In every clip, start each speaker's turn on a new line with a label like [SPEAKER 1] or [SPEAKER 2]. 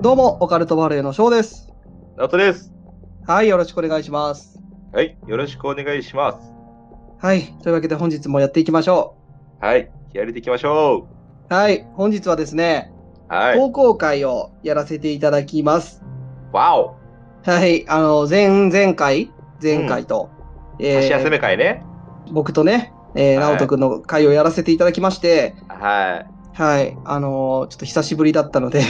[SPEAKER 1] どうも、オカルトバレーの翔です。
[SPEAKER 2] ナオトです。
[SPEAKER 1] はい、よろしくお願いします。
[SPEAKER 2] はい、よろしくお願いします。
[SPEAKER 1] はい、というわけで本日もやっていきましょ
[SPEAKER 2] はい、やりていきましょ
[SPEAKER 1] う。はい、本日はですね、
[SPEAKER 2] う。はい。
[SPEAKER 1] 投稿会をやらせていただきます。
[SPEAKER 2] わお
[SPEAKER 1] はい、あの、前、前回、前回と、えー
[SPEAKER 2] 足休め会ね。
[SPEAKER 1] 僕とね、えー、
[SPEAKER 2] はい
[SPEAKER 1] 直人くんの会をやらせていただきまして、
[SPEAKER 2] は
[SPEAKER 1] はい、あのーちょっと久しぶりだったの で、
[SPEAKER 2] い。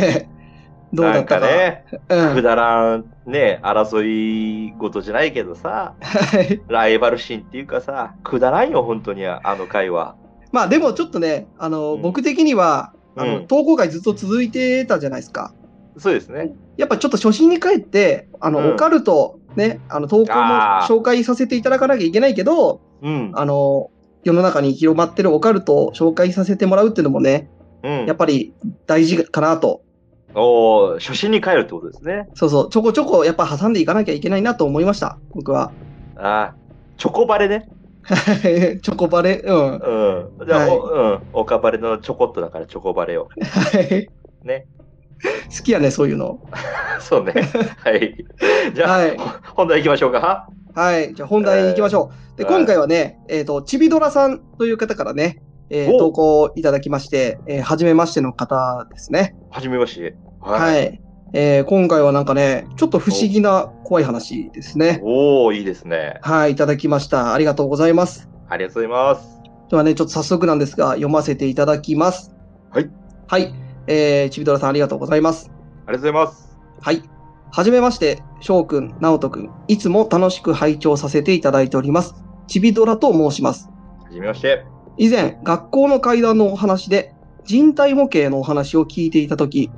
[SPEAKER 1] どうだったか。
[SPEAKER 2] なんかね、
[SPEAKER 1] うん
[SPEAKER 2] く。だらんね、争い事じゃないけどさ、
[SPEAKER 1] はい
[SPEAKER 2] ライバル心っていうかさ、くだらんよ、本当に、あの会は。
[SPEAKER 1] まあでもちょっとね、あのー
[SPEAKER 2] うん
[SPEAKER 1] 僕的には、あの、
[SPEAKER 2] うん
[SPEAKER 1] 投稿会ずっと続いてたじゃないですか。
[SPEAKER 2] そうですね。
[SPEAKER 1] やっぱちょっと初心に帰って、あの、
[SPEAKER 2] うん
[SPEAKER 1] オカルト、ね、あの、投稿も
[SPEAKER 2] あー
[SPEAKER 1] 紹介させていただかなきゃいけないけど、
[SPEAKER 2] うん。
[SPEAKER 1] あの、世の中に広まってるオカルトを紹介させてもらうっていうのもね、
[SPEAKER 2] うん
[SPEAKER 1] やっ。ぱり大事かなと。
[SPEAKER 2] おー初心に帰るってことですね。
[SPEAKER 1] そうそう、ちょこちょこやっぱ挟んでいかなきゃいけないなと思いました、僕は。
[SPEAKER 2] あーチョコバレね。
[SPEAKER 1] はいチョコバレ、うん。 は
[SPEAKER 2] うん。じゃあ、
[SPEAKER 1] はい
[SPEAKER 2] おうん。オカバレのチョコっとだから、チョコバレを。
[SPEAKER 1] い。
[SPEAKER 2] ね。
[SPEAKER 1] 好きやね、そういうの。
[SPEAKER 2] そうね。はい。じゃあ、
[SPEAKER 1] はい
[SPEAKER 2] ほ本題行きましょうか。
[SPEAKER 1] はい。じゃあ本題行きましょう。で、
[SPEAKER 2] はい
[SPEAKER 1] 今回はね、えっ、と、ちびドラさんという方からね、えー
[SPEAKER 2] お
[SPEAKER 1] 投稿をいただきまして、えー、はじめましての方ですね。
[SPEAKER 2] はじめまして。。
[SPEAKER 1] はいい。えー今回はなんかね、ちょっと不思議な怖い話ですね。
[SPEAKER 2] おおいいですね。
[SPEAKER 1] はい、いただきました。ありがとうございます。
[SPEAKER 2] ありがとうございます。
[SPEAKER 1] ではね、ちょっと早速なんですが、読ませていただきます。
[SPEAKER 2] はい。
[SPEAKER 1] はい。えー、ちびどらさんありがとうございます。
[SPEAKER 2] ありがとうございます。
[SPEAKER 1] はい。はじめまして、翔くん、直人くん、いつも楽しく拝聴させていただいております。ちびドラと申します。
[SPEAKER 2] はじめまして。
[SPEAKER 1] 以前、学校の階段のお話で、人体模型のお話を聞いていたとき、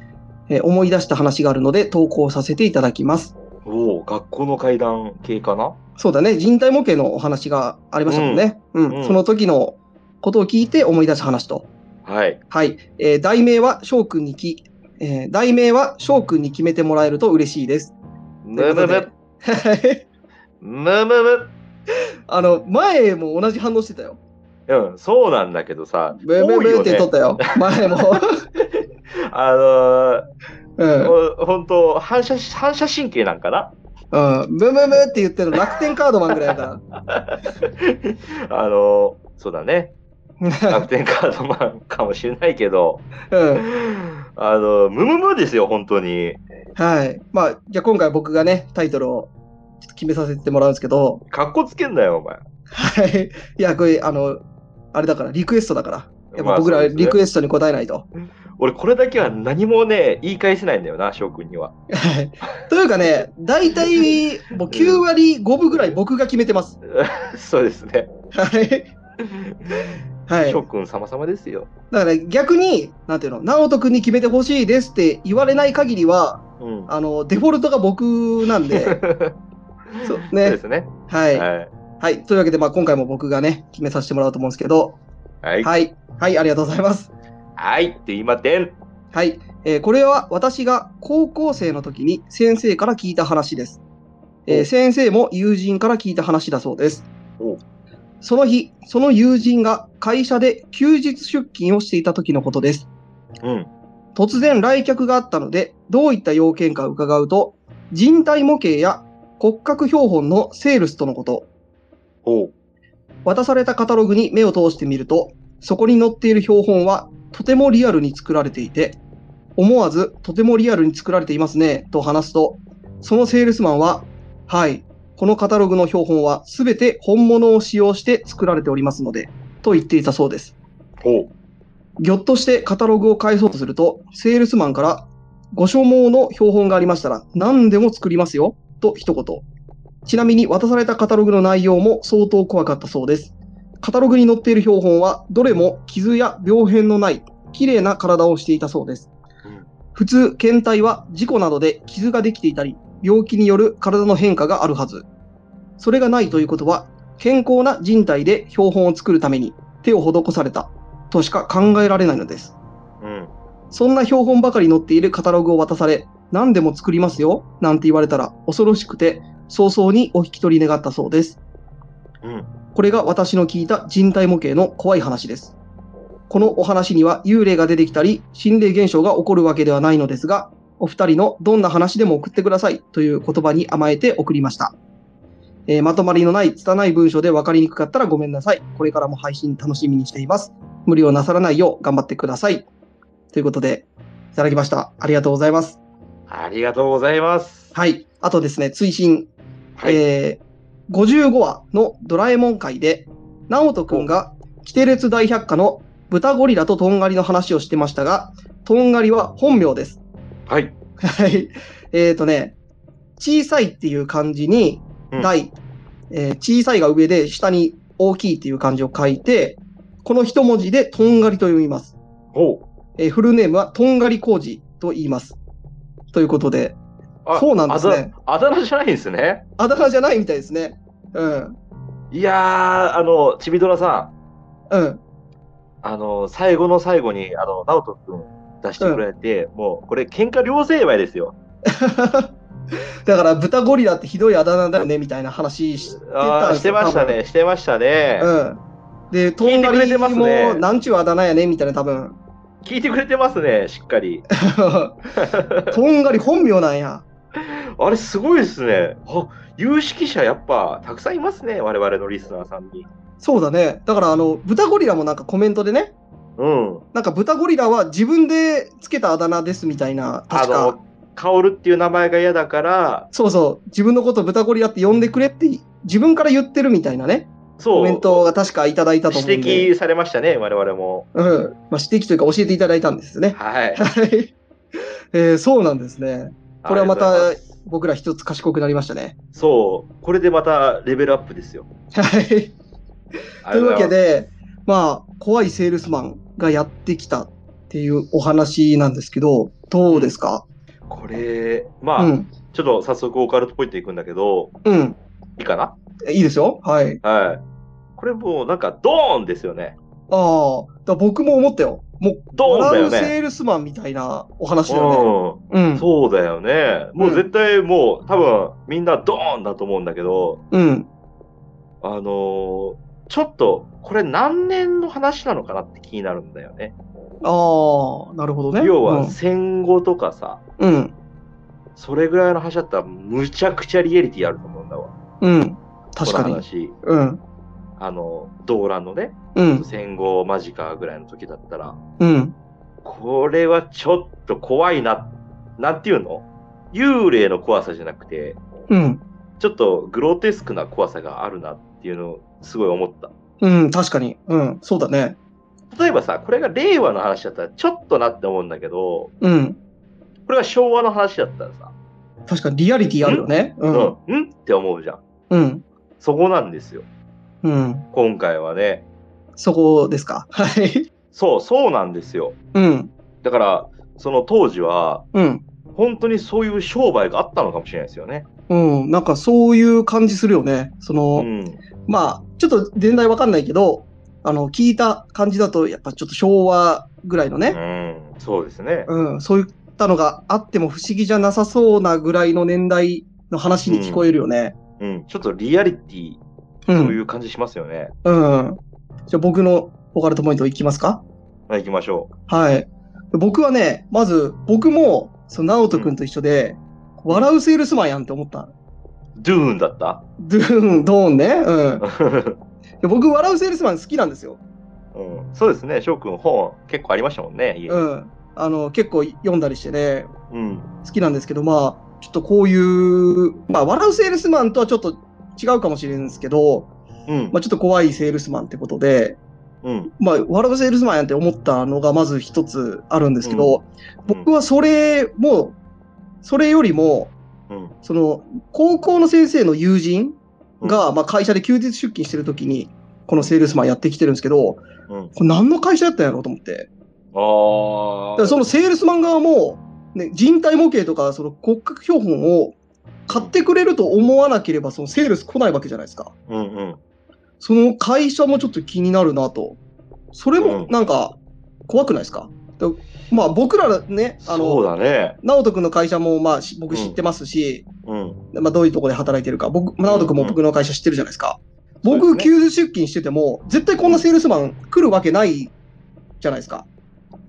[SPEAKER 1] えー思い出した話があるので投稿させていただきます。
[SPEAKER 2] おお学校の階段系かな
[SPEAKER 1] そうだね、人体模型のお話がありましたもんね。うん、
[SPEAKER 2] うん
[SPEAKER 1] その時のことを聞いて思い出した話と。
[SPEAKER 2] はい。
[SPEAKER 1] はい。えー題名は翔くんにき、えー題名は翔くんに決めてもらえると嬉しいです。とい
[SPEAKER 2] む
[SPEAKER 1] うこと
[SPEAKER 2] む
[SPEAKER 1] で
[SPEAKER 2] む。
[SPEAKER 1] はい
[SPEAKER 2] むむむ。
[SPEAKER 1] あの、前も同じ反応してたよ。
[SPEAKER 2] うん、そうなんだけどさ、
[SPEAKER 1] ブーブー
[SPEAKER 2] 多い
[SPEAKER 1] ブー
[SPEAKER 2] よ
[SPEAKER 1] って
[SPEAKER 2] ね
[SPEAKER 1] 撮った よ。前も。
[SPEAKER 2] あの
[SPEAKER 1] うん。
[SPEAKER 2] ー、本当反射し、反射神経なんかな
[SPEAKER 1] うん。ブーブーブーって言ってるの楽天カードマンぐらいだ
[SPEAKER 2] あのー、そう だね。
[SPEAKER 1] か
[SPEAKER 2] 楽天カードマンかもしれないけど、
[SPEAKER 1] ら。う
[SPEAKER 2] あ
[SPEAKER 1] ん。
[SPEAKER 2] のー、むむむですよ、本当に。
[SPEAKER 1] はい。まあ、じゃあ今回僕がね、タイトルをちょっと決めさせてもらうんですけど、
[SPEAKER 2] かっこつけんなよ、お前。
[SPEAKER 1] はい。いや、これ、あの、あれだから、リクエストだから。やっ
[SPEAKER 2] ま
[SPEAKER 1] ぱ
[SPEAKER 2] あ
[SPEAKER 1] 僕
[SPEAKER 2] そう
[SPEAKER 1] ら
[SPEAKER 2] ですね
[SPEAKER 1] リクエストに答えないと。
[SPEAKER 2] 俺、これだけは何もね、言い返せないんだよな、翔くんには。
[SPEAKER 1] はいというかね、大体もう9割5分ぐらい僕が決めてます。
[SPEAKER 2] そうですね。
[SPEAKER 1] はい。はい。
[SPEAKER 2] 翔くん様様ですよ。
[SPEAKER 1] だから逆に、なんていうの、直人君に決めてほしいですって言われない限りは、
[SPEAKER 2] うん。
[SPEAKER 1] あの、デフォルトが僕なん で、そう
[SPEAKER 2] そう
[SPEAKER 1] ね
[SPEAKER 2] ですね。
[SPEAKER 1] はい。
[SPEAKER 2] はい。
[SPEAKER 1] はい。というわけで、まあ今回も僕がね、決めさせてもらおうと思うんですけど、
[SPEAKER 2] はい。
[SPEAKER 1] はい。はい、ありがとうございます。
[SPEAKER 2] はいって今てん。
[SPEAKER 1] はい、えーこれは私が高校生の時に先生から聞いた話です。えー
[SPEAKER 2] お
[SPEAKER 1] 先生も友人から聞いた話だそうです
[SPEAKER 2] お。
[SPEAKER 1] その日、その友人が会社で休日出勤をしていた時のことです。
[SPEAKER 2] うん。
[SPEAKER 1] 突然来客があったので、どういった要件か伺うと、人体模型や骨格標本のセールスとのこと、
[SPEAKER 2] おう。
[SPEAKER 1] 渡されたカタログに目を通してみると、そこに載っている標本はとてもリアルに作られていて、思わずとてもリアルに作られていますねと話すと、そのセールスマンは、はい、このカタログの標本はすべて本物を使用して作られておりますので、と言っていたそうです。
[SPEAKER 2] おう。
[SPEAKER 1] ぎょっとしてカタログを返そうとすると、セールスマンから、ご所望の標本がありましたら何でも作りますよ、と一言。ちなみに渡されたカタログの内容も相当怖かったそうです。カタログに載っている標本は、どれも傷や病変のない、綺麗な体をしていたそうです
[SPEAKER 2] うん。
[SPEAKER 1] 普通、検体は事故などで傷ができていたり、病気による体の変化があるはず。それがないということは、健康な人体で標本を作るために手を施されたとしか考えられないのです。
[SPEAKER 2] うん。
[SPEAKER 1] そんな標本ばかり載っているカタログを渡され、何でも作りますよ、なんて言われたら恐ろしくて、早々にお引き取り願ったそうです。
[SPEAKER 2] うん。
[SPEAKER 1] これが私の聞いた人体模型の怖い話です。このお話には幽霊が出てきたり、心霊現象が起こるわけではないのですが、お二人のどんな話でも送ってくださいという言葉に甘えて送りました。えーまとまりのない、拙い文章で分かりにくかったらごめんなさい。これからも配信楽しみにしています。無理をなさらないよう頑張ってください。ということで、いただきました。ありがとうございます。
[SPEAKER 2] ありがとうございます。
[SPEAKER 1] はい。あとですね、追伸、
[SPEAKER 2] はい
[SPEAKER 1] えー55話のドラえもん会で、直人くんが、キテレツ大百科の豚ゴリラとトンガリの話をしてましたが、トンガリは本名です。
[SPEAKER 2] はい。
[SPEAKER 1] はい。えっ、とね、小さいっていう漢字に、
[SPEAKER 2] うん
[SPEAKER 1] 大、えー小さいが上で、下に大きいっていう漢字を書いて、この一文字でとんがりと読みます。
[SPEAKER 2] ほう。
[SPEAKER 1] えーフルネームはとんがり工事と言います。ということで、
[SPEAKER 2] あ
[SPEAKER 1] そうなんですね。
[SPEAKER 2] あだあだ名じゃないんですね。
[SPEAKER 1] あだ名じゃないみたいですね。うん。
[SPEAKER 2] いやー、あの、ちびドラさん、
[SPEAKER 1] うん。
[SPEAKER 2] あの、最後の最後に、あの、直人くん出してくれて、もう、これ、喧嘩両成敗ですよ。
[SPEAKER 1] だから、豚ゴリラってひどいあだ名だよね、みたいな話してた
[SPEAKER 2] あ
[SPEAKER 1] ん
[SPEAKER 2] ー
[SPEAKER 1] で
[SPEAKER 2] し
[SPEAKER 1] す
[SPEAKER 2] て
[SPEAKER 1] よ
[SPEAKER 2] ました。ね、してましたね
[SPEAKER 1] 多。分うん。で、とんが
[SPEAKER 2] 聞いてくれ
[SPEAKER 1] り
[SPEAKER 2] てますね
[SPEAKER 1] も、なんちゅうあだ名やね、みたいな、多 分。
[SPEAKER 2] 聞いてくれてますね、しっかり。
[SPEAKER 1] とんがり本名なんや。
[SPEAKER 2] あれ、すごいですね。あ、有識者、やっぱ、たくさんいますね、我々のリスナーさんに。
[SPEAKER 1] そうだね。だから、あの、豚ゴリラもなんかコメントでね、
[SPEAKER 2] うん。
[SPEAKER 1] なんか豚ゴリラは自分でつけたあだ名ですみたいな、
[SPEAKER 2] あ
[SPEAKER 1] 確か。
[SPEAKER 2] の、薫っていう名前が嫌だから、
[SPEAKER 1] そうそう、自分のこと豚ゴリラって呼んでくれって、自分から言ってるみたいなね、
[SPEAKER 2] そう。
[SPEAKER 1] コメントが確かいただいたと思うんで。
[SPEAKER 2] 指摘されましたね、我々も。
[SPEAKER 1] うん。まあ、指摘というか教えていただいたんですよね。
[SPEAKER 2] はい。
[SPEAKER 1] はい。えーそうなんですね。これはまた
[SPEAKER 2] ありがとうございます
[SPEAKER 1] 僕ら一つ賢くなりましたね。
[SPEAKER 2] そう、これでまたレベルアップですよ。
[SPEAKER 1] はい。
[SPEAKER 2] あ
[SPEAKER 1] とい
[SPEAKER 2] り
[SPEAKER 1] う
[SPEAKER 2] が
[SPEAKER 1] わ
[SPEAKER 2] と
[SPEAKER 1] け
[SPEAKER 2] うござい
[SPEAKER 1] で、まあ、怖いセールスマンがやってきたっていうお話なんですけど、どうですか、
[SPEAKER 2] ます、これ、まあ、
[SPEAKER 1] うん。
[SPEAKER 2] ちょっと早速オカルトポイントいくんだけど、
[SPEAKER 1] うん。
[SPEAKER 2] いいかない
[SPEAKER 1] いですよ。はい。
[SPEAKER 2] はい。これもうなんかドーンですよね。
[SPEAKER 1] ああ、だから僕も思ったよ。もう、
[SPEAKER 2] ドーンだよ
[SPEAKER 1] 笑うセ
[SPEAKER 2] ね。
[SPEAKER 1] ールスマンみたいなお話だよね。う
[SPEAKER 2] う
[SPEAKER 1] ん
[SPEAKER 2] ん、。そうだよね。もう絶対もう多分みんなドーンだと思うんだけど、
[SPEAKER 1] うん。
[SPEAKER 2] あのーちょっとこれ何年の話なのかなって気になるんだよね。
[SPEAKER 1] ああ、なるほどね。
[SPEAKER 2] 要は戦後とかさ、
[SPEAKER 1] うん、うん。
[SPEAKER 2] それぐらいの話だったらむちゃくちゃリアリティあると思うんだわ。
[SPEAKER 1] うん。確か
[SPEAKER 2] この
[SPEAKER 1] に。
[SPEAKER 2] 話。
[SPEAKER 1] うん。
[SPEAKER 2] あの、動乱のね、
[SPEAKER 1] うん。
[SPEAKER 2] 戦後間近ぐらいの時だったら、
[SPEAKER 1] うん。
[SPEAKER 2] これはちょっと怖いな、なんていうの幽霊の怖さじゃなくて、
[SPEAKER 1] うん。
[SPEAKER 2] ちょっとグロテスクな怖さがあるなっていうのをすごい思った。
[SPEAKER 1] うん。確かに。うん。そうだね。
[SPEAKER 2] 例えばさ、これが令和の話だったらちょっとなって思うんだけど、
[SPEAKER 1] うん。
[SPEAKER 2] これが昭和の話だったらさ、
[SPEAKER 1] 確かにリアリティあるよね。う。
[SPEAKER 2] うんん、うんって思うじゃん。
[SPEAKER 1] うん。
[SPEAKER 2] そこなんですよ。
[SPEAKER 1] うん。
[SPEAKER 2] 今回はね。
[SPEAKER 1] そこですか。 はい。
[SPEAKER 2] そう、そうなんですよ。
[SPEAKER 1] うん。
[SPEAKER 2] だから、その当時は、
[SPEAKER 1] うん。
[SPEAKER 2] 本当にそういう商売があったのかもしれないですよね。
[SPEAKER 1] うん。なんかそういう感じするよね。その、
[SPEAKER 2] うん。
[SPEAKER 1] まあ、ちょっと年代わかんないけど、あの、聞いた感じだと、やっぱちょっと昭和ぐらいのね、
[SPEAKER 2] うん、そうですね。
[SPEAKER 1] うん、そういったのがあっても不思議じゃなさそうなぐらいの年代の話に聞こえるよね。
[SPEAKER 2] うん、ちょっとリアリティ
[SPEAKER 1] う
[SPEAKER 2] と
[SPEAKER 1] ん。
[SPEAKER 2] いう感じしますよね。
[SPEAKER 1] うんじゃあ僕のオカルトポイントいきますか
[SPEAKER 2] はい、行きましょ
[SPEAKER 1] はい。僕はね、まず、僕も、その、直人くんと一緒で、笑うセールスマンやんって思った。
[SPEAKER 2] う。ドゥーンだった
[SPEAKER 1] ドゥーン、ドーンね。うん。で僕、笑うセールスマン好きなんですよ。
[SPEAKER 2] うん、そうですね、翔くん本結構ありましたもんね、家に
[SPEAKER 1] うん。あの、結構読んだりしてね、
[SPEAKER 2] うん。
[SPEAKER 1] 好きなんですけど、まあ、ちょっとこういう、まあ、笑うセールスマンとはちょっと違うかもしれんですけど、
[SPEAKER 2] うん
[SPEAKER 1] まあ、ちょっと怖いセールスマンってことで、
[SPEAKER 2] うん。
[SPEAKER 1] まあ、笑うセールスマンやんって思ったのがまず一つあるんですけど、僕はそれも、それよりも、
[SPEAKER 2] うん。
[SPEAKER 1] その、高校の先生の友人
[SPEAKER 2] う
[SPEAKER 1] が、まあ、会社で休日出勤してる時に、このセールスマンやってきてるんですけど、
[SPEAKER 2] うん。
[SPEAKER 1] これ何の会社やったんやろうと思って。だから
[SPEAKER 2] ああ。
[SPEAKER 1] そのセールスマン側も、ね、人体模型とかその骨格標本を買ってくれると思わなければそのセールス来ないわけじゃないですか。
[SPEAKER 2] うんうん。
[SPEAKER 1] その会社もちょっと気になるなと。それも
[SPEAKER 2] うん
[SPEAKER 1] なんか怖くないですか、だまあ僕らね、あ
[SPEAKER 2] そう
[SPEAKER 1] の、
[SPEAKER 2] だね。
[SPEAKER 1] 直人君の会社もまあし僕知ってますし、
[SPEAKER 2] うん。
[SPEAKER 1] まあどういうとこで働いてるか、僕、直人君も僕の会社知ってるじゃないですか。
[SPEAKER 2] うん
[SPEAKER 1] 僕、
[SPEAKER 2] そうです
[SPEAKER 1] 休日出勤してても、絶対こんなセールスマン来るわけないじゃないですか。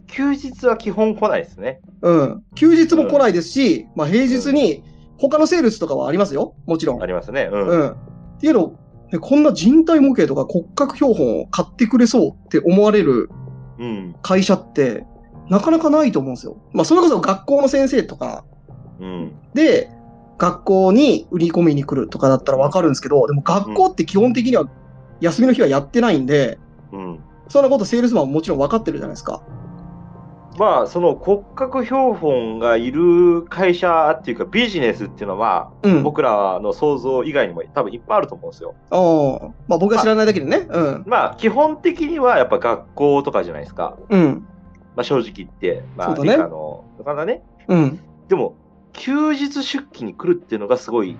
[SPEAKER 2] 休日は基本来ないですね。
[SPEAKER 1] うん。休日も来ないですし、まあ平日に他のセールスとかはありますよ。もちろん
[SPEAKER 2] あ。りますね。うん。
[SPEAKER 1] うん。っていうのを、ねこんな人体模型とか骨格標本を買ってくれそうって思われる
[SPEAKER 2] うん。
[SPEAKER 1] 会社って、なかなかないと思うんですよ。まあそれこそ学校の先生とか
[SPEAKER 2] うん。
[SPEAKER 1] で、学校に売り込みに来るとかだったらわかるんですけど、でも学校って基本的には休みの日はやってないんで、
[SPEAKER 2] うん。
[SPEAKER 1] そんなことセールスマンももちろん分かってるじゃないですか。
[SPEAKER 2] まあ、その骨格標本がいる会社っていうかビジネスっていうのは、
[SPEAKER 1] うん。
[SPEAKER 2] 僕らの想像以外にも多分いっぱいあると思うんですよ。
[SPEAKER 1] あーまあ僕が知らないだけでね。うん。
[SPEAKER 2] まあ、基本的にはやっぱ学校とかじゃないですか。
[SPEAKER 1] うん。
[SPEAKER 2] まあ、正直言って。まあ、
[SPEAKER 1] そうだね
[SPEAKER 2] 理科の、なかなかね。
[SPEAKER 1] うん。
[SPEAKER 2] でも、休日出勤に来るっていうのがすごい、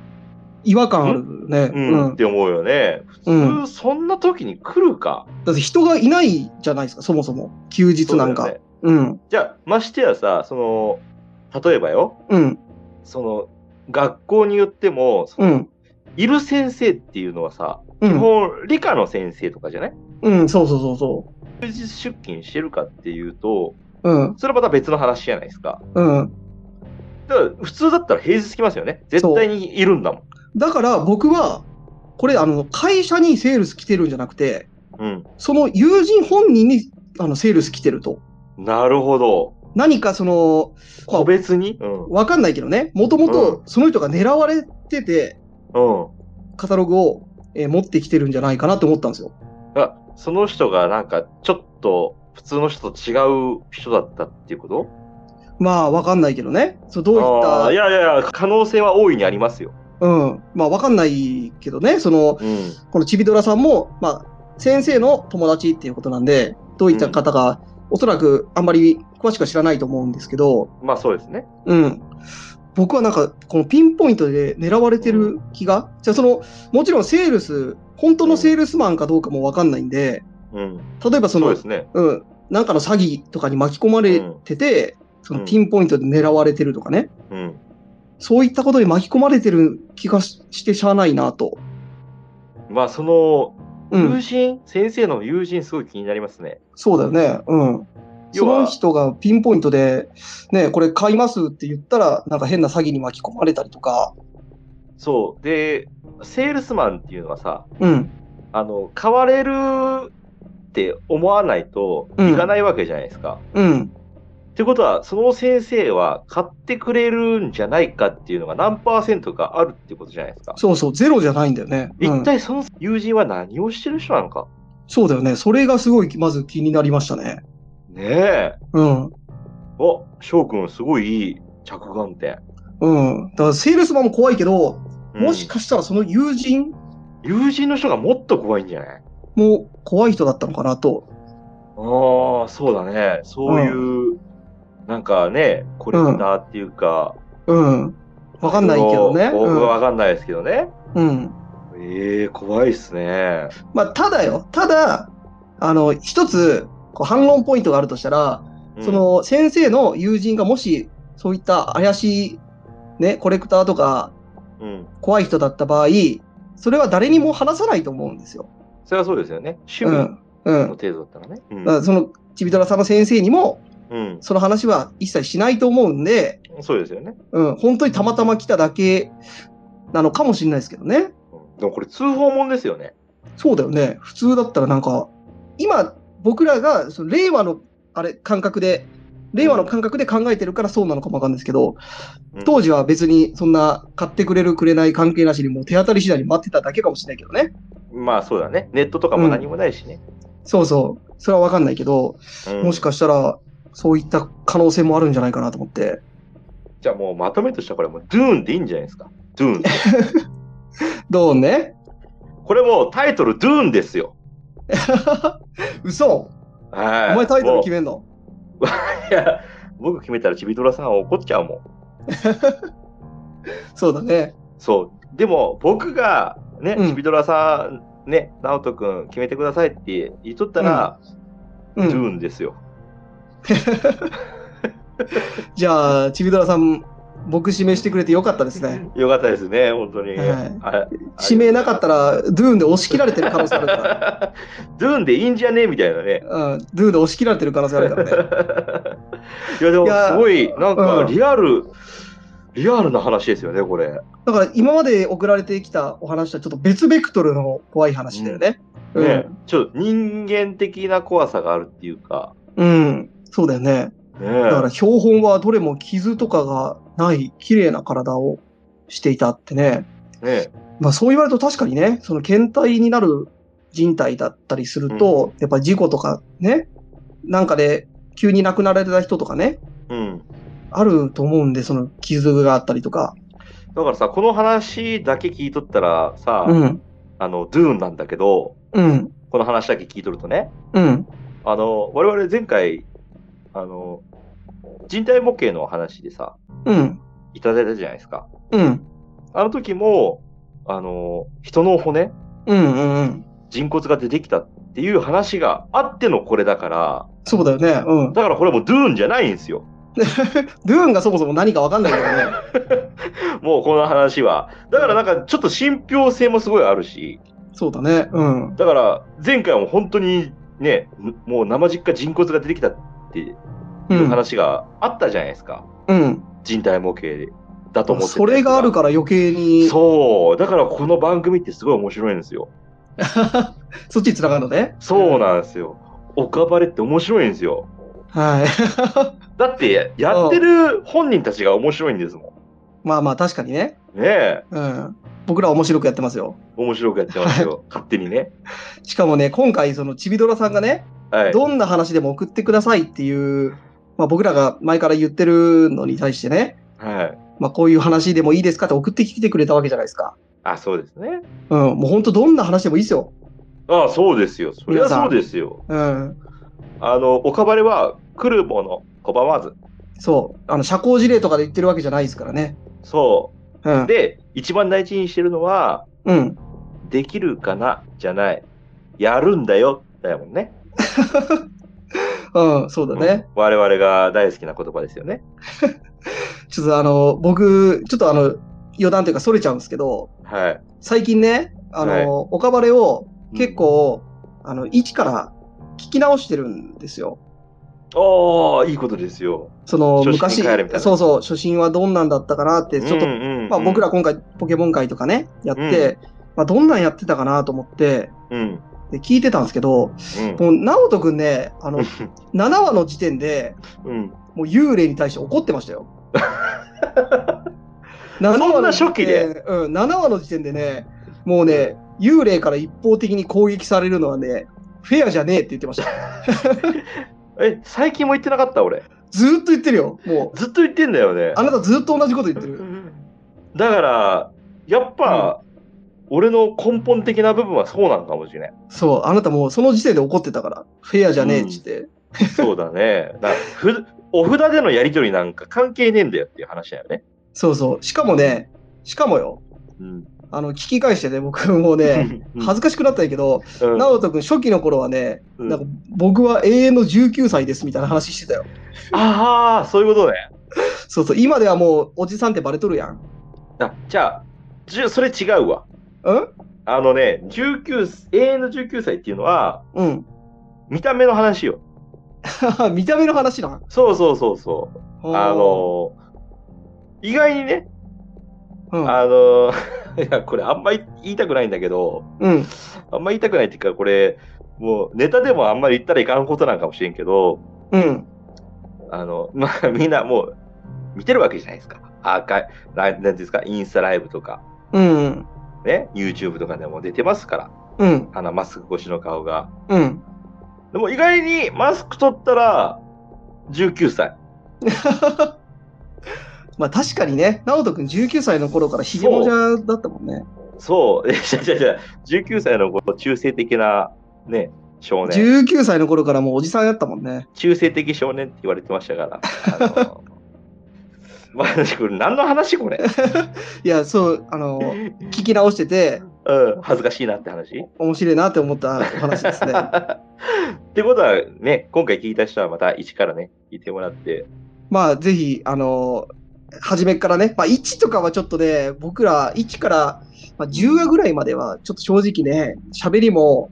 [SPEAKER 1] 違和感あるね。
[SPEAKER 2] う、
[SPEAKER 1] うんん。
[SPEAKER 2] って思うよね。
[SPEAKER 1] うん
[SPEAKER 2] 普通、そんな時に来るか。
[SPEAKER 1] だって人がいないじゃないですか、そもそも。休日なんか。
[SPEAKER 2] そう
[SPEAKER 1] う
[SPEAKER 2] だよね
[SPEAKER 1] ん。
[SPEAKER 2] じゃあ、ましてやさ、その、例えばよ、
[SPEAKER 1] うん。
[SPEAKER 2] その、学校によっても、その
[SPEAKER 1] うん。
[SPEAKER 2] いる先生っていうのはさ、
[SPEAKER 1] う
[SPEAKER 2] 基
[SPEAKER 1] ん。
[SPEAKER 2] 本、理科の先生とかじゃない
[SPEAKER 1] うん。そうそうそうそ
[SPEAKER 2] 休日出勤してるかっていうと、
[SPEAKER 1] う。うん。
[SPEAKER 2] それはまた別の話じゃないですか。
[SPEAKER 1] うん。
[SPEAKER 2] だから普通だったら平日来ますよね。絶対にいるんだもん。
[SPEAKER 1] だから僕は、これ、あの、会社にセールス来てるんじゃなくて、
[SPEAKER 2] うん。
[SPEAKER 1] その友人本人に、あの、セールス来てると。
[SPEAKER 2] なるほど。
[SPEAKER 1] 何かその、まあ
[SPEAKER 2] 個別にうん。
[SPEAKER 1] わかんないけどね、もともとその人が狙われてて、
[SPEAKER 2] うん。
[SPEAKER 1] カタログを、えー持ってきてるんじゃないかなと思ったんですよ。
[SPEAKER 2] あ、その人がなんかちょっと普通の人と違う人だったっていうこと
[SPEAKER 1] まあ、わかんないけどね。そう、どういった
[SPEAKER 2] あーいやいやいや、可能性は大いにありますよ。
[SPEAKER 1] うん。まあ、わかんないけどね、その、
[SPEAKER 2] うん。
[SPEAKER 1] このちびドラさんも、まあ、先生の友達っていうことなんで、どういった方が、おそらくあんまり詳しくは知らないと思うんですけど、
[SPEAKER 2] まあそうですね。
[SPEAKER 1] うん。僕はなんか、このピンポイントで狙われてる気が、じゃあその、もちろんセールス、本当のセールスマンかどうかもわかんないんで、
[SPEAKER 2] うん。
[SPEAKER 1] 例えばそ
[SPEAKER 2] そう
[SPEAKER 1] の、
[SPEAKER 2] ですね。
[SPEAKER 1] うん、なんかの詐欺とかに巻き込まれてて、そのピンポイントで狙われてるとかね、
[SPEAKER 2] うん。
[SPEAKER 1] そういったことに巻き込まれてる気がししてしゃあないなと。
[SPEAKER 2] まあその
[SPEAKER 1] うん
[SPEAKER 2] 友人、先生の友人すごい気になりますね。
[SPEAKER 1] そうだよね。うん。そ
[SPEAKER 2] 要は
[SPEAKER 1] の人がピンポイントで、ね、これ買いますって言ったら、なんか変な詐欺に巻き込まれたりとか。
[SPEAKER 2] そう。で、セールスマンっていうのはさ、
[SPEAKER 1] うん。
[SPEAKER 2] あの、買われるって思わないと
[SPEAKER 1] うん
[SPEAKER 2] いかないわけじゃないですか。
[SPEAKER 1] うん。
[SPEAKER 2] ってことは、その先生は買ってくれるんじゃないかっていうのが何パーセントかあるってことじゃないですか。
[SPEAKER 1] そうそう、ゼロじゃないんだよね。うん
[SPEAKER 2] 一体その友人は何をしてる人なのか。
[SPEAKER 1] そうだよね。それがすごい、まず気になりましたね。
[SPEAKER 2] ねえ。
[SPEAKER 1] うん。
[SPEAKER 2] お、翔くん、すごいいい着眼点。
[SPEAKER 1] うん。だから、セールスマンも怖いけど、
[SPEAKER 2] うん
[SPEAKER 1] もしかしたらその友人
[SPEAKER 2] 友人の人がもっと怖いんじゃない
[SPEAKER 1] も怖い人だったのかなと。
[SPEAKER 2] ああ、そうだね。そういう、なんかね、コレクターっていうか、
[SPEAKER 1] うん。わかんないけどね。
[SPEAKER 2] 僕はわかんないですけどね。
[SPEAKER 1] うん。うん。
[SPEAKER 2] ええ怖いっすね。
[SPEAKER 1] まあ、ただよ。ただ、あの、一つ、こう反論ポイントがあるとしたら、
[SPEAKER 2] うん
[SPEAKER 1] そ、の先生の友人がもしそういった怪しい、ね、コレクターとか
[SPEAKER 2] うん。
[SPEAKER 1] 怖い人だった場合、それは誰にも話さないと思うんですよ。
[SPEAKER 2] それはそうですよね。趣味
[SPEAKER 1] う
[SPEAKER 2] の
[SPEAKER 1] ん。うん。だか
[SPEAKER 2] 程度だったらね。うん
[SPEAKER 1] らそのちびドラさんの先生にも
[SPEAKER 2] うん。
[SPEAKER 1] その話は一切しないと思うんで、
[SPEAKER 2] そうですよね。
[SPEAKER 1] うん、本当にたまたま来ただけなのかもしれないですけどね。
[SPEAKER 2] うんでもこれ通報もんですよね。
[SPEAKER 1] そうだよね。普通だったらなんか、今僕らがその令和のあれ感覚で、令和の感覚で考えてるからそうなのかもわかんないですけど、
[SPEAKER 2] うん
[SPEAKER 1] 当時は別にそんな買ってくれるくれない関係なしにもう手当たり次第に待ってただけかもしれないけどね。
[SPEAKER 2] まあそうだね。ネットとかも何もないしね。
[SPEAKER 1] そうそう。それはわかんないけど、
[SPEAKER 2] うん
[SPEAKER 1] もしかしたらそういった可能性もあるんじゃないかなと思って。
[SPEAKER 2] じゃあもうまとめとしてはこれもうドゥーンでいいんじゃないですか。ドゥーン。
[SPEAKER 1] どうね
[SPEAKER 2] これもうタイトルドゥーンですよ。
[SPEAKER 1] 嘘
[SPEAKER 2] はい。
[SPEAKER 1] お前タイトル決
[SPEAKER 2] め
[SPEAKER 1] めんの
[SPEAKER 2] いや、僕決めたらちびドラさんは怒っちゃうもん。
[SPEAKER 1] そうだね。
[SPEAKER 2] そう。でも僕がね、
[SPEAKER 1] うん
[SPEAKER 2] ちびドラさん、ね、直人くん決めてくださいって言っとったら、
[SPEAKER 1] う
[SPEAKER 2] ドゥ
[SPEAKER 1] ん。
[SPEAKER 2] ーンですよ。
[SPEAKER 1] じゃあ、ちびドラさん、僕指名してくれてよかったですね。
[SPEAKER 2] よかったですね、本当に。
[SPEAKER 1] はい
[SPEAKER 2] あ
[SPEAKER 1] 指名なかったら、ドゥーンで押し切られてる可能性あるから。
[SPEAKER 2] ドゥーンでいいんじゃねみたいなね。
[SPEAKER 1] うん、ドゥーンで押し切られてる可能性あるからね。
[SPEAKER 2] いや、でも
[SPEAKER 1] いや
[SPEAKER 2] すごい、なん
[SPEAKER 1] う
[SPEAKER 2] か
[SPEAKER 1] ん
[SPEAKER 2] リアル、リアルな話ですよね、これ。
[SPEAKER 1] だから今まで送られてきたお話とはちょっと別ベクトルの怖い話だよね。うん。
[SPEAKER 2] ね、ちょっと人間的な怖さがあるっていうか。
[SPEAKER 1] うん。そうだよね。
[SPEAKER 2] ね
[SPEAKER 1] だから標本はどれも傷とかがない綺麗な体をしていたってね。
[SPEAKER 2] ね
[SPEAKER 1] まあそう言われると確かにね、その検体になる人体だったりすると、やっぱ事故とかね、なんかで急に亡くなられた人とかね、
[SPEAKER 2] うん。
[SPEAKER 1] あると思うんで、その傷があったりとか。
[SPEAKER 2] だからさ、この話だけ聞いとったらさ、
[SPEAKER 1] うん。
[SPEAKER 2] あの、ドゥーンなんだけど、
[SPEAKER 1] うん。
[SPEAKER 2] この話だけ聞いとるとね、
[SPEAKER 1] うん。
[SPEAKER 2] あの、我々前回、あの、人体模型の話でさ、
[SPEAKER 1] うん。
[SPEAKER 2] いただいたじゃないですか。
[SPEAKER 1] うん。
[SPEAKER 2] あの時も、あの、人の骨、
[SPEAKER 1] うん。うん。うん。
[SPEAKER 2] 人骨が出てきたっていう話があってのこれだから、
[SPEAKER 1] そうだよね。うん。
[SPEAKER 2] だからこれもうドゥーンじゃないんですよ。
[SPEAKER 1] ドゥーンがそもそも何かわかんないからね。
[SPEAKER 2] もうこの話は。だからなんかちょっと信憑性もすごいあるし、
[SPEAKER 1] そうだね。うん。
[SPEAKER 2] だから前回も本当にね、もう生実家人骨が出てきたっていう
[SPEAKER 1] うん。
[SPEAKER 2] 話があったじゃないですか。
[SPEAKER 1] うん。
[SPEAKER 2] 人体模型だと思ってたやつ
[SPEAKER 1] それがあるから余計に、そ
[SPEAKER 2] そう。だからこの番組ってすごい面白いんですよ。
[SPEAKER 1] っちに繋がるのね。
[SPEAKER 2] そうなんですよ。オカバレって面白いんですよ。
[SPEAKER 1] はい。
[SPEAKER 2] だって、やってる本人たちが面白いんですも
[SPEAKER 1] まあまあ確かにね。
[SPEAKER 2] ん。ねえ。
[SPEAKER 1] うん。僕らは面白くやってますよ。
[SPEAKER 2] 面白くやってますよ。勝手にね。
[SPEAKER 1] しかもね、今回、そのちびドラさんがね、
[SPEAKER 2] はい。
[SPEAKER 1] どんな話でも送ってくださいっていう、まあ僕らが前から言ってるのに対してね、
[SPEAKER 2] はい。
[SPEAKER 1] まあこういう話でもいいですかって送ってきてくれたわけじゃないですか。
[SPEAKER 2] あ、そうですね。
[SPEAKER 1] うん。もう本当どんな話でもいいですよ。
[SPEAKER 2] あそうですよ。そりゃ
[SPEAKER 1] 皆さん
[SPEAKER 2] そうですよ。
[SPEAKER 1] うん。
[SPEAKER 2] あの、オカバレは来るもの拒まず。
[SPEAKER 1] そう。あの、社交辞令とかで言ってるわけじゃないですからね。
[SPEAKER 2] そうう。
[SPEAKER 1] ん。
[SPEAKER 2] で、一番大事にしてるのは、
[SPEAKER 1] うん。
[SPEAKER 2] できるかなじゃない。やるんだよ。だよもんね。
[SPEAKER 1] うん、そうだね。
[SPEAKER 2] うん我々が大好きな言葉ですよね。
[SPEAKER 1] ちょっとあの、僕、ちょっとあの、余談というか、それちゃうんですけど、
[SPEAKER 2] はい。
[SPEAKER 1] 最近ね、あ
[SPEAKER 2] はい
[SPEAKER 1] の、オカバレを結構、あの、一から聞き直してるんですよ。
[SPEAKER 2] ああ、いいことですよ。
[SPEAKER 1] その、
[SPEAKER 2] 初心
[SPEAKER 1] 昔
[SPEAKER 2] に帰るみたい、な
[SPEAKER 1] そうそう、初心はどんなんだったかなって、ちょっと、
[SPEAKER 2] うんうんうん
[SPEAKER 1] まあ僕ら、今回、ポケモン会とかね、やって、まあどんなんやってたかなと思って、
[SPEAKER 2] うんうん
[SPEAKER 1] で聞いてたんですけど、もう、直人くんね、あの、7話の時点で、
[SPEAKER 2] うん、
[SPEAKER 1] もう幽霊に対して怒ってました よ。
[SPEAKER 2] んな
[SPEAKER 1] 7話の
[SPEAKER 2] 初期で
[SPEAKER 1] うん、7話の時点でね、もうね、幽霊から一方的に攻撃されるのはね、フェアじゃねえって言ってました。
[SPEAKER 2] え、最近も言ってなかった俺。
[SPEAKER 1] ずーっと言ってるよ、もう。
[SPEAKER 2] ずっと言ってんだよね。
[SPEAKER 1] あなたずーっと同じこと言ってる。
[SPEAKER 2] だから、やっぱ、俺の根本的な部分はそうなんかもしれない。
[SPEAKER 1] そう、あなたもうその時点で怒ってたから、フェアじゃねえって言って。
[SPEAKER 2] そうだね。だからふお札でのやりとりなんか関係ねえんだよっていう話だよね。
[SPEAKER 1] そうそう。しかもね、しかもよ、
[SPEAKER 2] うん。
[SPEAKER 1] あの、聞き返してね、 僕もね、恥ずかしくなったんやけど、
[SPEAKER 2] うん
[SPEAKER 1] 直人くん初期の頃はね、
[SPEAKER 2] うん
[SPEAKER 1] なんか僕は永遠の19歳ですみたいな話してたよ。
[SPEAKER 2] ああ、そういうことね。
[SPEAKER 1] そうそう、今ではもうおじさんってバレとるやん。
[SPEAKER 2] あじゃあ、じゅそれ違うわ。
[SPEAKER 1] うん
[SPEAKER 2] あのね、19、永遠の19歳っていうのは、
[SPEAKER 1] うん。
[SPEAKER 2] 見た目の話よ。
[SPEAKER 1] 見た目の話なん。
[SPEAKER 2] そうそうそうそう。あ、のー、意外にね、
[SPEAKER 1] うん、
[SPEAKER 2] あの ー、いや、これあんまり言いたくないんだけど、
[SPEAKER 1] うん。
[SPEAKER 2] あんまり言いたくないっていうか、これ、もうネタでもあんまり言ったらいかんことなんかもしれんけど、
[SPEAKER 1] うん。
[SPEAKER 2] あの、まあみんなもう見てるわけじゃないですか。アーカイななんていうんですか、インスタライブとか、
[SPEAKER 1] うん。
[SPEAKER 2] ね、YouTube とかでも出てますから、
[SPEAKER 1] うん。
[SPEAKER 2] あのマスク越しの顔が。
[SPEAKER 1] うん。
[SPEAKER 2] でも意外にマスク取ったら、19歳。
[SPEAKER 1] まあ確かにね、直人くん19歳の頃からひげもじゃだったもんね。
[SPEAKER 2] そう、えじゃじゃじゃ19歳のこう中性的な、ね、少年。
[SPEAKER 1] 19歳の頃からもうおじさんやったもんね。
[SPEAKER 2] 中性的少年って言われてましたから。あの まあ、これ何の話これ。
[SPEAKER 1] いや、そう、あの、聞き直してて、
[SPEAKER 2] うん、恥ずかしいなって話。
[SPEAKER 1] 面白いなって思ったお話です ね。
[SPEAKER 2] ってことはね、今回聞いた人はまた一からね、聞いてもらって。
[SPEAKER 1] まあぜひ、あの、初めっからね、まあ、1とかはちょっとね、僕ら1から、まあ、10話ぐらいまでは、ちょっと正直ね、喋りも、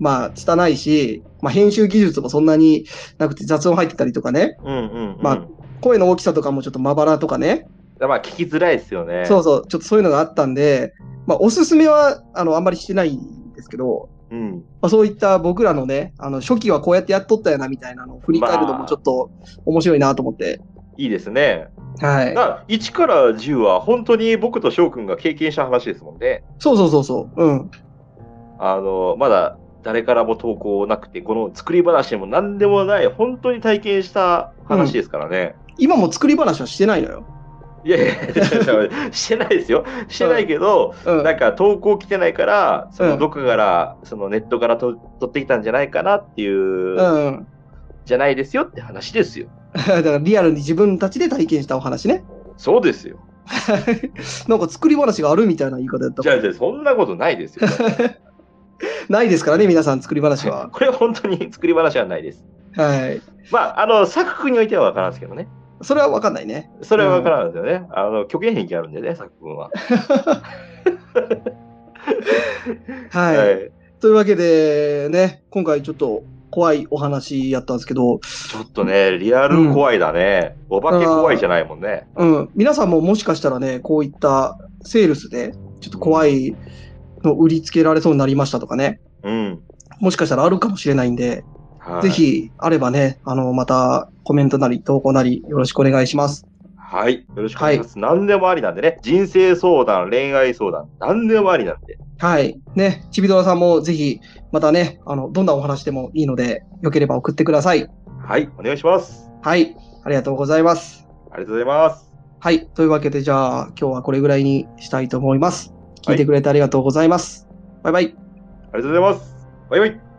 [SPEAKER 1] まあ、拙いし、まあ、編集技術もそんなになくて雑音入ってたりとかね、
[SPEAKER 2] うんうん、うん。
[SPEAKER 1] まあ声の大きさとかもちょっとまばらとかね、
[SPEAKER 2] あ、まあ、聞きづらいですよね。
[SPEAKER 1] そうそう、ちょっとそういうのがあったんで、まあ、おすすめは、あの、あんまりしてないんですけど、
[SPEAKER 2] うん。
[SPEAKER 1] まあ、そういった僕らのね、あの、初期はこうやってやっとったよな、みたいなのを振り返るのもちょっと面白いなと思って。
[SPEAKER 2] いいですね。
[SPEAKER 1] はい
[SPEAKER 2] だか。ら1から10は本当に僕と翔くんが経験した話ですもんね。
[SPEAKER 1] そうそうそうそう。うん。
[SPEAKER 2] あの、まだ誰からも投稿なくて、この作り話でも何でもない、本当に体験した話ですからね。
[SPEAKER 1] 今も作り話はしてないのよ。
[SPEAKER 2] いやいや、してないですよ。してないけど、
[SPEAKER 1] うん。
[SPEAKER 2] なんか投稿来てないから、そうの
[SPEAKER 1] ん
[SPEAKER 2] どこから、そのネットからと取ってきたんじゃないかなっていう、
[SPEAKER 1] うん。
[SPEAKER 2] じゃないですよって話ですよ。
[SPEAKER 1] だからリアルに自分たちで体験したお話ね。
[SPEAKER 2] そうですよ。
[SPEAKER 1] なんか作り話があるみたいな言い方だった
[SPEAKER 2] じゃあ、じゃあそんなことない ですよ。
[SPEAKER 1] ないですからね、皆さん作り話は。
[SPEAKER 2] これは本当に作り話はないです。
[SPEAKER 1] はい。
[SPEAKER 2] まあ、あの、作君においては分からんですけどね。
[SPEAKER 1] それはわかんないね。
[SPEAKER 2] それは分からんですよね。あの、虚言癖あるんでね、作君は。
[SPEAKER 1] はい。
[SPEAKER 2] はい。
[SPEAKER 1] というわけで、ね、今回ちょっと怖いお話やったんですけど、
[SPEAKER 2] ちょっとね、リアル怖いだね。お化け怖いじゃないもんね。
[SPEAKER 1] うん。皆さんももしかしたらね、こういったセールスで、ちょっと怖いの売りつけられそうになりましたとかね。
[SPEAKER 2] うん。
[SPEAKER 1] もしかしたらあるかもしれないんで、
[SPEAKER 2] はい
[SPEAKER 1] ぜ。ひ、あればね、あの、また、コメントなり、投稿なり、よろしくお願いします。
[SPEAKER 2] はい。よろしくお願いします。何でもありなんでね。人生相談、恋愛相談、何でもありなんで。
[SPEAKER 1] はい。ね、ちびどらさんもぜひ、またね、あの、どんなお話でもいいので、よければ送ってください。
[SPEAKER 2] はい。お願いします。
[SPEAKER 1] はい。ありがとうございます。
[SPEAKER 2] ありがとうございます。
[SPEAKER 1] はい。というわけで、じゃあ、今日はこれぐらいにしたいと思います。聞いてくれてありがとうございます。バイバイ。
[SPEAKER 2] ありがとうございます。バイバイ。